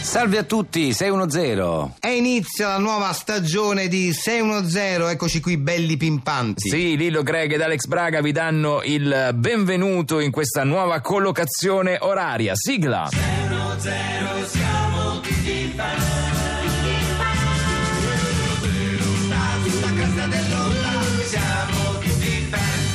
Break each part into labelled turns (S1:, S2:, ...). S1: Salve a tutti, 610.
S2: E inizia la nuova stagione di 610, eccoci qui belli pimpanti.
S1: Sì, Lillo Greg ed Alex Braga vi danno il benvenuto in questa nuova collocazione oraria. Sigla!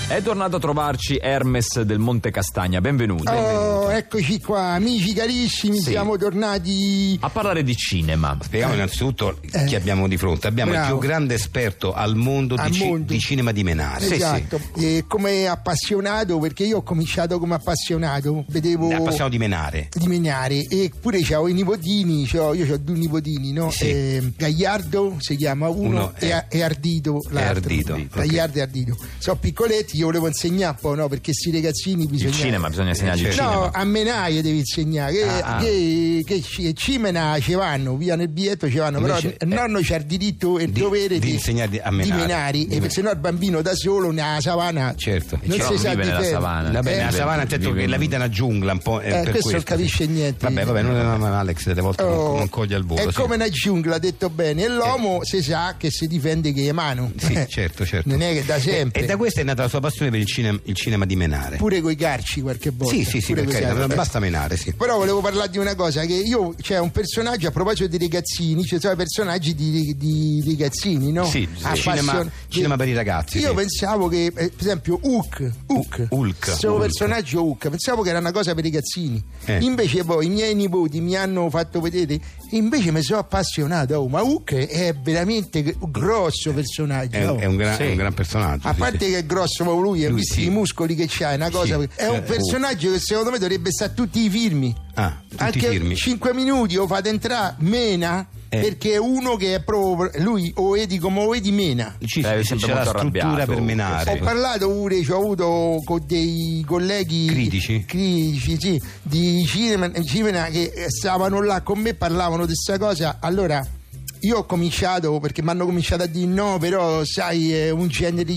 S1: È tornato a trovarci Hermes del Monte Castagna, benvenuto.
S3: Oh, eccoci qua, amici carissimi,
S1: Sì.
S3: siamo tornati.
S1: A parlare di cinema.
S2: Spieghiamo innanzitutto chi abbiamo di fronte. Abbiamo il
S3: Eh. bravo.
S2: più grande esperto al mondo,
S3: Al
S2: di, ci-
S3: mondo.
S2: di cinema di Menare.
S3: esatto, E come appassionato, perché io ho cominciato come appassionato, vedevo
S2: Ne Passiamo di Menare.
S3: di Menare e pure c'avevo i nipotini, c'ho- io ho due nipotini, no?
S2: Sì.
S3: Eh, Gagliardo si chiama uno,
S2: Uno è-
S3: e, A- e Ardito l'altro.
S2: Ardito, ok.
S3: Gagliardo e Ardito. Sono piccoletti, io volevo insegnare un po', no? Perché sti ragazzini bisogna...
S1: Il cinema, bisogna segnare
S2: Eh,
S1: il
S2: certo.
S1: cinema.
S3: No, a Menaie devi insegnare che,
S1: Ah, ah.
S3: che, che ci- che ci mena ci vanno, via nel biglietto ci vanno, però
S2: Invece, eh,
S3: il nonno c'ha il diritto e il
S2: di-
S3: dovere
S2: di insegnare a menare.
S3: di menari,
S2: Di
S3: e
S2: men-
S3: se no il bambino da solo nella savana
S2: Certo.
S3: non
S2: Cioè,
S3: si
S1: non
S3: sa
S1: vive
S3: di
S1: nella
S3: che.
S1: savana. Eh,
S2: Vabbè, nella
S1: vive-
S2: savana, nel senso
S1: vive-
S2: che la vita è una giungla un po'. eh,
S3: Eh,
S2: per
S3: questo non
S2: questo,
S3: capisce
S2: sì.
S3: niente.
S2: Vabbè, vabbè, non è una- Alex, delle volte non-
S3: Oh,
S2: non coglie al volo.
S3: È
S2: sì. Certo.
S3: come una giungla, ha detto bene, e l'uomo si sa che si difende che è mano.
S2: Sì, certo, certo.
S3: Non è che da sempre.
S2: E da questa è nata la sua passione per il cinema, il cinema di Menare.
S3: Pure coi carci qualche volta.
S2: sì, sì, sì,
S3: pure
S2: per
S3: coi
S2: carità, eh,
S3: carci.
S2: non basta Menare, sì.
S3: Però volevo parlare di una cosa che io, c'è un personaggio a proposito di ragazzini, ci sono personaggi di, di- di ragazzini, no?
S2: Sì, sì.
S3: Appassion-
S2: Cinema- cinema per i ragazzi,
S3: Io
S2: sì.
S3: pensavo che, eh, per esempio, Hook, Hook,
S2: U- Hulk,
S3: questo
S2: Hulk.
S3: personaggio Hook, pensavo che era una cosa per i ragazzini.
S2: Eh.
S3: Invece poi i miei nipoti mi hanno fatto vedere e invece mi sono appassionato, oh, ma Hook è veramente gr- grosso personaggio.
S2: Eh. È,
S3: oh.
S2: un, è un gran,
S1: Sì.
S2: è un gran personaggio.
S3: A
S2: sì,
S3: parte
S2: sì.
S3: che è grosso, ma lui, ha
S2: Lui
S3: visto
S2: sì.
S3: i muscoli che c'ha, è una cosa.
S2: Sì.
S3: È
S2: Eh,
S3: un personaggio che secondo me dovrebbe stare a tutti i film.
S2: Ah, tutti
S3: Anche
S2: i firmi.
S3: 5 minuti o fate entrare Mena,
S2: Eh.
S3: perché è uno che è proprio. Lui o vedi come o vedi Mena.
S2: Ci-
S1: Eh, è
S2: c'è
S1: sempre
S2: la
S1: molto
S2: struttura
S1: arrabbiato.
S2: per menare.
S3: Ho parlato pure, ci ho avuto con dei colleghi
S2: Critici?
S3: critici, sì, di cinema, cinema che eh, stavano là con me, parlavano di questa cosa. Allora io ho cominciato perché mi hanno cominciato a dire no, però sai, è un genere di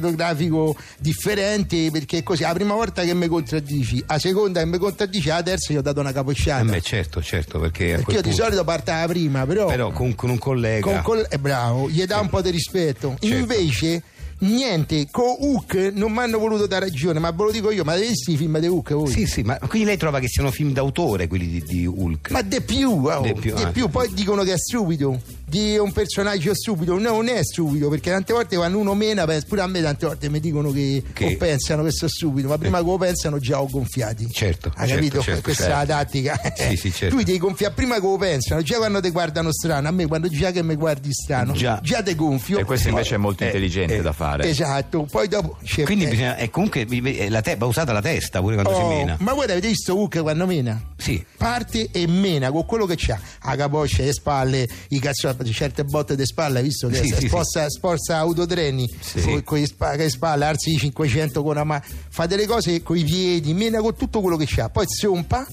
S3: cinematografico differente perché è così. La prima volta che mi contraddici, la seconda che mi contraddici, la terza gli ho dato una
S2: Eh,
S3: capocciata.
S2: beh, certo, certo, perché, a
S3: perché
S2: quel
S3: io di
S2: punto-
S3: solito parto la prima,
S2: però con, con un collega
S3: con col- eh, bravo, gli dà un po' di rispetto.
S2: Certo.
S3: Invece, niente, con Hook non mi hanno voluto dare ragione, ma ve lo dico io, ma avete visto i film di Hook voi?
S2: Sì, sì, ma quindi lei trova che siano film d'autore quelli di, di Hulk? Eh,
S3: Ma di più, oh,
S2: De
S3: de
S2: più,
S3: più,
S2: ah.
S3: poi dicono che è stupido, di un personaggio stupido, no, non è stupido, perché tante volte quando uno mena, pens- pure a me tante volte mi dicono che,
S2: Che- Eh.
S3: o pensano che sono stupido, ma prima che lo pensano già ho gonfiati.
S2: Certo,
S3: Hai
S2: certo,
S3: capito?
S2: certo,
S3: Questa
S2: certo.
S3: è la tattica.
S2: Sì, sì, certo.
S3: Lui ti gonfia prima che lo pensano, già quando ti guardano strano, a me quando già che mi guardi strano,
S2: Già.
S3: già, ti gonfio.
S1: E questo invece è molto
S2: Eh,
S1: intelligente
S2: eh,
S1: da fare.
S3: Esatto, poi dopo c'è-
S2: Quindi
S3: eh,
S2: bisogna, e comunque vi- vi- eh, la te- va usata la testa pure quando
S3: oh,
S2: si mena.
S3: Ma voi avete visto Hook quando mena?
S2: Sì.
S3: Parte e mena con quello che c'ha, la capoccia, le spalle, i cazzotti, certe botte di spalle, hai visto che
S2: Sì, sì,
S3: sposta, sposta autotreni con, le spalle, arsi di 500 con la mano, fa delle cose con i piedi, mena con tutto quello che c'ha, poi zompa.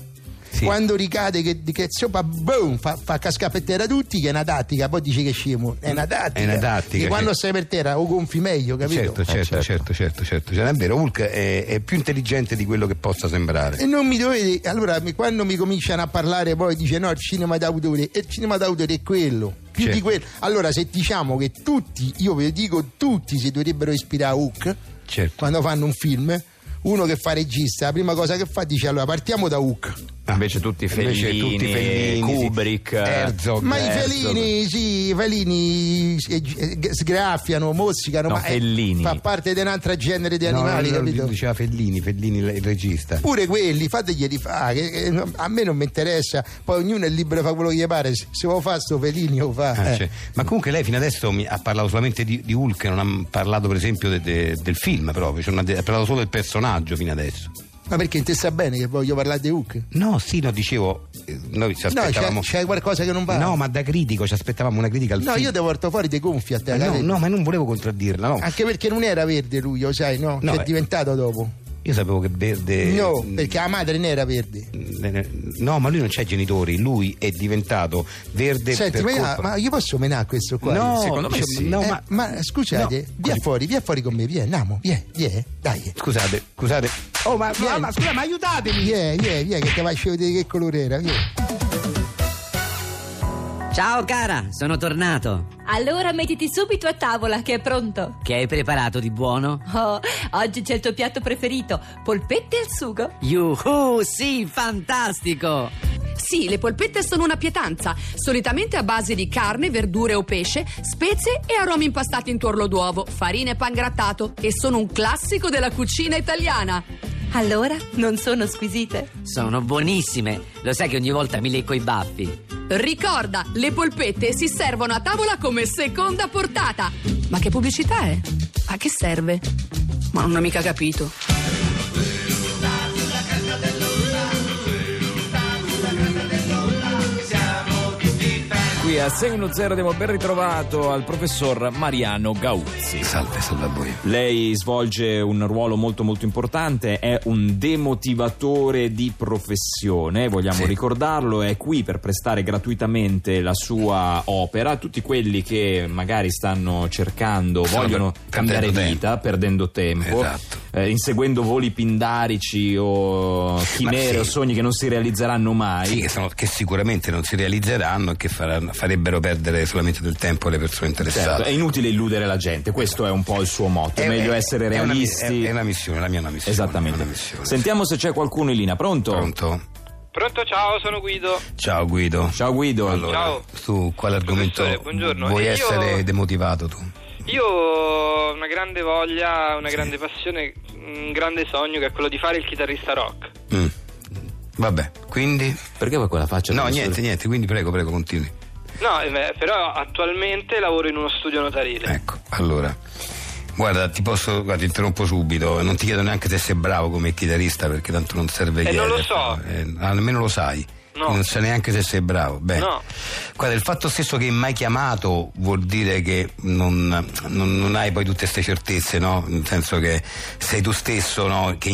S2: Sì.
S3: Quando ricade che, che zompa, boom, fa, fa cascare per terra tutti, che è una tattica, poi dice che è scemo. È una tattica.
S2: È una tattica,
S3: Che quando
S2: certo.
S3: stai per terra o gonfi meglio, capito? Eh,
S2: Certo, certo,
S1: certo.
S2: certo, certo, certo. Cioè, è vero, Hulk è, è più intelligente di quello che possa sembrare.
S3: E non mi dovete. Allora, mi- quando mi cominciano a parlare, poi dice no, il cinema d'autore. E il cinema d'autore è quello. Più
S2: Certo.
S3: di quello. Allora, se diciamo che tutti, io ve lo dico, tutti si dovrebbero ispirare a Hook
S2: Certo.
S3: quando fanno un film. Uno che fa regista, la prima cosa che fa dice allora partiamo da Hook.
S1: Invece tutti
S2: Ah. Invece
S1: Fellini,
S2: tutti Fellini, sì.
S1: Kubrick, eh,
S2: Herzog.
S3: ma i
S2: Herzog.
S3: felini, sì, i felini eh, eh, sgraffiano, mozzicano,
S1: No,
S3: ma è-
S1: Fellini.
S3: fa parte di un altro genere di
S2: No,
S3: animali,
S2: no, no,
S3: capito?
S2: Diceva Fellini, Fellini il regista.
S3: pure quelli fateglieli fare che- che a me non mi interessa poi ognuno è libero di fare quello che gli pare se se lo fa sto felini lo fa
S2: Ah,
S3: eh.
S2: cioè, Ma comunque lei fino adesso mi ha parlato solamente di, di Hulk, non ha parlato per esempio de- de- del film proprio, cioè, non ha de- ha parlato solo del personaggio fino adesso.
S3: ma perché te sa bene che voglio parlare di Hook
S2: No, sì, no, dicevo, eh, noi ci
S3: no c'è,
S2: aspettavamo...
S3: c'è qualcosa che non va
S2: No, ma da critico ci aspettavamo una critica al
S3: no
S2: film.
S3: io ti porto fuori dei gonfi a te
S2: Eh,
S3: la
S2: no,
S3: vedo.
S2: no, ma non volevo contraddirla, no.
S3: anche perché non era verde lui lo sai no,
S2: No,
S3: che
S2: eh.
S3: è diventato dopo
S2: Io sapevo che Verde...
S3: no perché la madre non era verde
S2: mm, Ne- ne- No, ma lui non c'ha genitori, lui è diventato verde
S3: Senti,
S2: Eh, per
S3: ma, io,
S2: colpa-
S3: ma io posso menare questo qua?
S2: No,
S1: Secondo me
S2: cioè,
S1: sì.
S2: no,
S3: Eh,
S2: ma-
S3: ma, scusate,
S2: No,
S3: via
S2: così-
S3: fuori, via fuori con me, via, andiamo, via, via, dai.
S2: Scusate, scusate. Oh, ma,
S3: Vieni.
S2: ma- scusa, ma aiutatemi!
S3: Via, via, via, che ti faccio vedere che colore era, via.
S4: Ciao cara, sono tornato.
S5: Allora mettiti subito a tavola che è pronto.
S4: Che hai preparato di buono?
S5: Oh, oggi c'è il tuo piatto preferito, polpette al sugo.
S4: Yuhu, sì, fantastico!
S6: Sì, le polpette sono una pietanza, solitamente a base di carne, verdure o pesce, spezie e aromi impastati intorno d'uovo, farina e pan grattato e sono un classico della cucina italiana.
S5: Allora, non sono squisite?
S4: Sono buonissime. Lo sai che ogni volta mi lecco i baffi.
S6: Ricorda, le polpette si servono a tavola come seconda portata. Ma che pubblicità è? A che serve? Ma non ho mica capito.
S1: Qui a 610 abbiamo ben ritrovato al professor Mariano Gauzzi.
S2: Salve, salve a voi.
S1: Lei svolge un ruolo molto molto importante, è un demotivatore di professione, vogliamo
S2: Sì.
S1: ricordarlo, è qui per prestare gratuitamente la sua opera a tutti quelli che magari stanno cercando,
S2: Stanno
S1: vogliono
S2: per-
S1: cambiare
S2: perdendo
S1: vita, perdendo tempo,
S2: Esatto.
S1: eh, inseguendo voli pindarici o chimere
S2: sì.
S1: o sogni che non si realizzeranno mai.
S2: Ah, Sì, che, sono- che sicuramente non si realizzeranno e che faranno- farebbero perdere solamente del tempo alle persone
S1: Certo,
S2: interessate.
S1: è inutile illudere la gente, questo è un po' il suo motto, è meglio
S2: esatto. è-
S1: essere
S2: è una mi-
S1: realisti.
S2: È, è una missione, la mia è una missione. è
S1: Esattamente. oh.
S2: una missione.
S1: Sentiamo se c'è qualcuno in linea. Pronto?
S2: Pronto?
S7: Pronto, ciao, sono Guido.
S2: Ciao Guido.
S1: Ciao Guido.
S2: Allora,
S7: Ciao.
S2: su quale argomento
S7: Professore, buongiorno. Eh,
S2: vuoi
S7: Io-
S2: essere demotivato tu?
S7: Io ho una grande voglia, una grande passione, un grande sogno che è quello di fare il chitarrista rock.
S2: Mm. Vabbè, quindi...
S1: Perché fa quella faccia?
S2: no,
S1: di-
S2: niente, niente, quindi prego, prego, continui.
S7: No, eh beh, però attualmente lavoro in uno studio notarile.
S2: Ecco, allora. Guarda, ti posso, guarda, ti interrompo subito, non ti chiedo neanche se sei bravo come chitarrista perché tanto non serve
S7: Eh,
S2: chiedere.
S7: non lo so.
S2: Eh, ah, nemmeno lo sai.
S7: No.
S2: Non sai neanche se sei bravo. Bene.
S7: No.
S2: Guarda, il fatto stesso che mai chiamato vuol dire che non, non- non hai poi tutte queste certezze, no? Nel senso che sei tu stesso, no? Che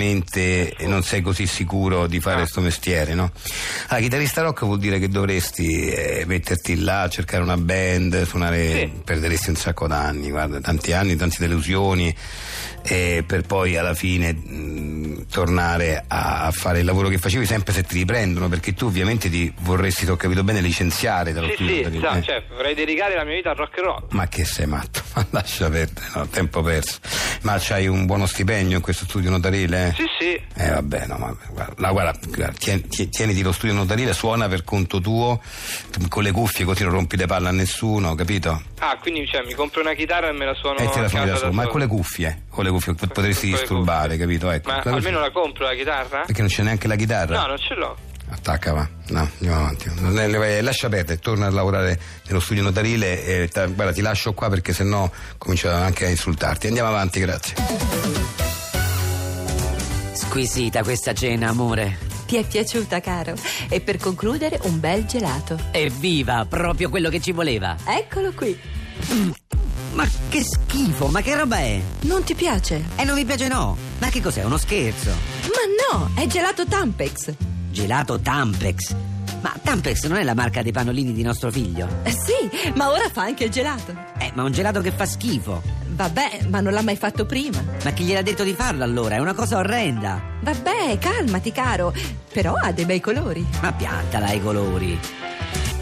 S2: inconsciamente non sei così sicuro di
S7: Ah.
S2: fare questo mestiere, no? Allora, chitarrista rock vuol dire che dovresti eh, metterti là, cercare una band, suonare,
S7: Sì.
S2: perderesti un sacco d'anni, guarda, tanti anni, tante delusioni, eh, per poi alla fine mh, tornare a, a fare il lavoro che facevi sempre se ti riprendono, perché tu ovviamente ti vorresti, se ho capito bene, licenziare dallo
S7: Sì,
S2: studio
S7: sì,
S2: notarile,
S7: sa,
S2: eh.
S7: cioè, vorrei dedicare la mia vita al rock and roll.
S2: Ma che sei matto, ma lascia perdere, no, tempo perso. Ma c'hai un buono stipendio in questo studio notarile? eh?
S7: Sì, sì.
S2: Eh vabbè, no, ma guarda, la- guarda, guarda, tien- ti- tieniti lo studio notarile, suona per conto tuo, t- con le cuffie così non rompi le palle a nessuno, capito?
S7: Ah, quindi cioè, mi compro una chitarra e me la suono
S2: e te
S7: a
S2: Eh, la suoni
S7: casa
S2: da solo, ma con
S7: solo.
S2: le cuffie, con le cuffie pot- potresti
S7: Con le
S2: disturbare,
S7: cuffie.
S2: capito? Ecco,
S7: Ma
S2: la-
S7: almeno la compro la chitarra?
S2: Perché non c'è neanche la chitarra?
S7: No, non ce l'ho.
S2: Attacca va, no, andiamo avanti. Le- le- Lascia perdere, torna a lavorare nello studio notarile. e ta- guarda, ti lascio qua perché sennò comincio anche a insultarti. Andiamo avanti, grazie.
S4: Squisita questa cena, amore.
S5: Ti è piaciuta, caro? E per concludere, un bel gelato.
S4: Evviva, proprio quello che ci voleva.
S5: Eccolo qui.
S4: Ma che schifo, ma che roba è?
S5: Non ti piace?
S4: E non mi piace no. Ma che cos'è, uno scherzo?
S5: Ma no, è gelato Tampex.
S4: Gelato Tampex. Ma Tampex non è la marca dei panolini di nostro figlio?
S5: Eh, Sì, ma ora fa anche il gelato.
S4: Eh, ma un gelato che fa schifo.
S5: Vabbè, ma non l'ha mai fatto prima.
S4: Ma chi gliel'ha detto di farlo allora? È una cosa orrenda.
S5: Vabbè, calmati, caro. Però ha dei bei colori.
S4: Ma piantala ai colori.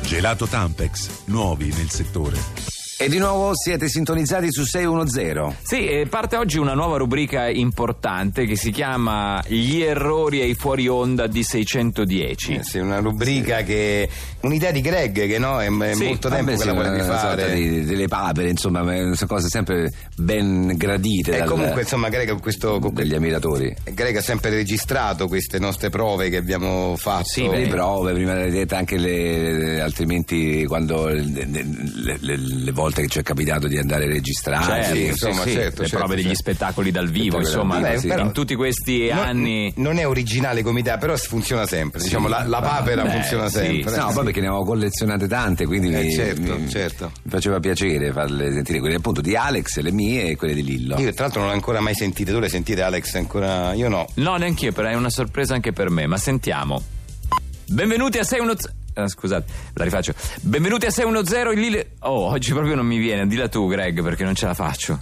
S8: Gelato Tampex, nuovi nel settore.
S9: E di nuovo siete sintonizzati su 610.
S1: Sì, eh, parte oggi una nuova rubrica importante che si chiama Gli errori e i fuori onda di 610.
S2: Eh sì, una rubrica che. un'idea di Greg che no? È, è
S1: Sì,
S2: molto tempo
S9: Vabbè,
S2: che
S9: sì,
S2: la volevi
S9: una sorta
S2: fare.
S9: di- delle papere, insomma, ma sono cose sempre ben gradite
S2: E
S9: dal-
S2: comunque, insomma, Greg con questo. con que-
S9: dagli ammiratori.
S2: Greg ha sempre registrato queste nostre prove che abbiamo fatto.
S1: Sì,
S9: Le
S1: beh.
S9: prove, prima le dette, anche le, altrimenti quando le, le- le- le volte che ci è capitato di andare registrati,
S1: Certo,
S2: sì,
S9: che-
S2: insomma, certo,
S1: le
S2: certo,
S1: prove degli
S2: certo.
S1: spettacoli dal vivo,
S9: Spettacoli dal
S1: insomma,
S9: vivo,
S2: Vabbè,
S9: sì.
S2: però-
S1: in tutti questi
S2: non-
S1: anni.
S2: Eh, Non è originale come idea, però funziona sempre.
S9: Sì,
S2: diciamo, la, la papera
S1: vabbè,
S2: funziona
S1: sì,
S2: sempre.
S9: No, poi perché ne avevo collezionate tante, quindi
S2: Eh,
S9: mi,
S2: certo,
S9: mi-
S2: certo.
S9: mi faceva piacere farle sentire quelle appunto di Alex, le mie e quelle di Lillo.
S2: Io tra l'altro non l'ho ancora mai sentita, tu le sentite Alex ancora? Io no.
S1: No, neanche io, però è una sorpresa anche per me, ma sentiamo. Benvenuti a 610. Ah, scusate, la rifaccio. Benvenuti a 610 il Lille. Oh, oggi proprio non mi viene. Dilla tu, Greg, perché non ce la faccio.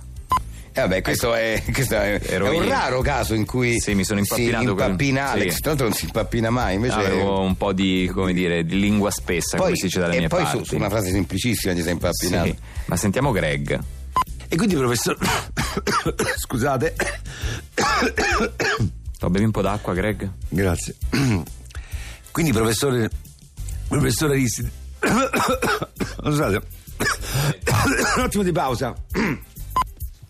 S9: Eh vabbè, questo, è, questo è- è
S1: Eroina.
S9: un raro caso in cui
S1: Ecco. Sì, mi sono impappinato
S9: si
S1: con-
S9: impappina
S1: sì.
S9: Alex, tra l'altro non si impappina mai, invece
S1: Avevo un po' di, come dire, di lingua spessa, come si dice dalle
S9: e
S1: mie
S9: poi
S1: parti.
S9: su, su una frase semplicissima gli sei impappinato.
S1: Sì, ma sentiamo Greg.
S2: E quindi, professor. Scusate.
S1: Oh, bevi un po' d'acqua, Greg?
S2: Grazie. Quindi, professore. Professore Rissi. Scusate. Un attimo di pausa.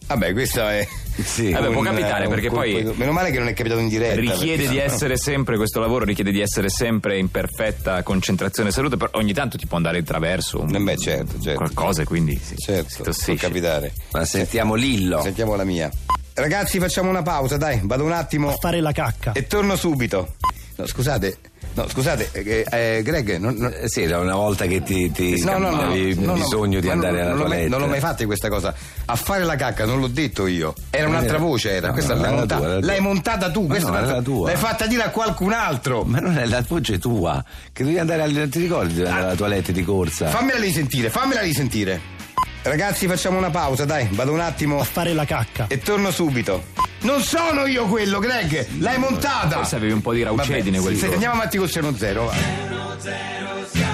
S9: Vabbè, questo è
S2: Sì.
S1: Vabbè, può
S9: un-
S1: capitare,
S9: un
S1: perché
S9: colpo
S1: poi-
S9: di- meno male che non è capitato in diretta.
S1: richiede
S9: perché
S1: di
S9: sennò-
S1: essere sempre questo lavoro richiede di essere sempre in perfetta concentrazione e salute però ogni tanto ti può andare attraverso un,
S9: Eh beh, certo, certo.
S1: qualcosa e quindi si, si
S9: Certo, può
S1: tossisce.
S9: capitare.
S2: Ma sentiamo Lillo.
S9: Sentiamo la mia. Ragazzi, facciamo una pausa, dai, vado un attimo
S3: a fare la cacca.
S9: e torno subito. No, scusate. No, scusate, eh, eh, Greg, non- non-
S2: Eh Sì, era una volta che ti, ti scappavi il bisogno di
S9: ma
S2: andare
S9: non,
S2: alla
S9: non l'ho mai-
S2: toilette.
S9: Non l'ho mai fatta questa cosa. A fare la cacca non l'ho detto io. Era un'altra
S2: Eh, era-
S9: voce, era.
S2: no,
S9: questa
S2: no,
S9: l'hai,
S2: era la
S9: montata,
S2: tua, era la
S9: l'hai
S2: tua.
S9: montata tu,
S2: Ma
S9: questa
S2: no,
S9: è
S2: era
S9: un'altra-
S2: la tua.
S9: L'hai fatta dire a qualcun altro.
S2: Ma non è la voce tua, che devi andare alle, ti ricordi di andare alla toilette di corsa?
S9: Fammela risentire, fammela risentire. Ragazzi, facciamo una pausa, dai, vado un attimo
S3: A fare la cacca.
S9: e torno subito. Non sono io quello, Greg! L'hai montata!
S1: forse avevi un po' di raucedine
S9: Vabbè,
S1: quel
S9: sì,
S1: giorno.
S9: Andiamo avanti col 0-0, va.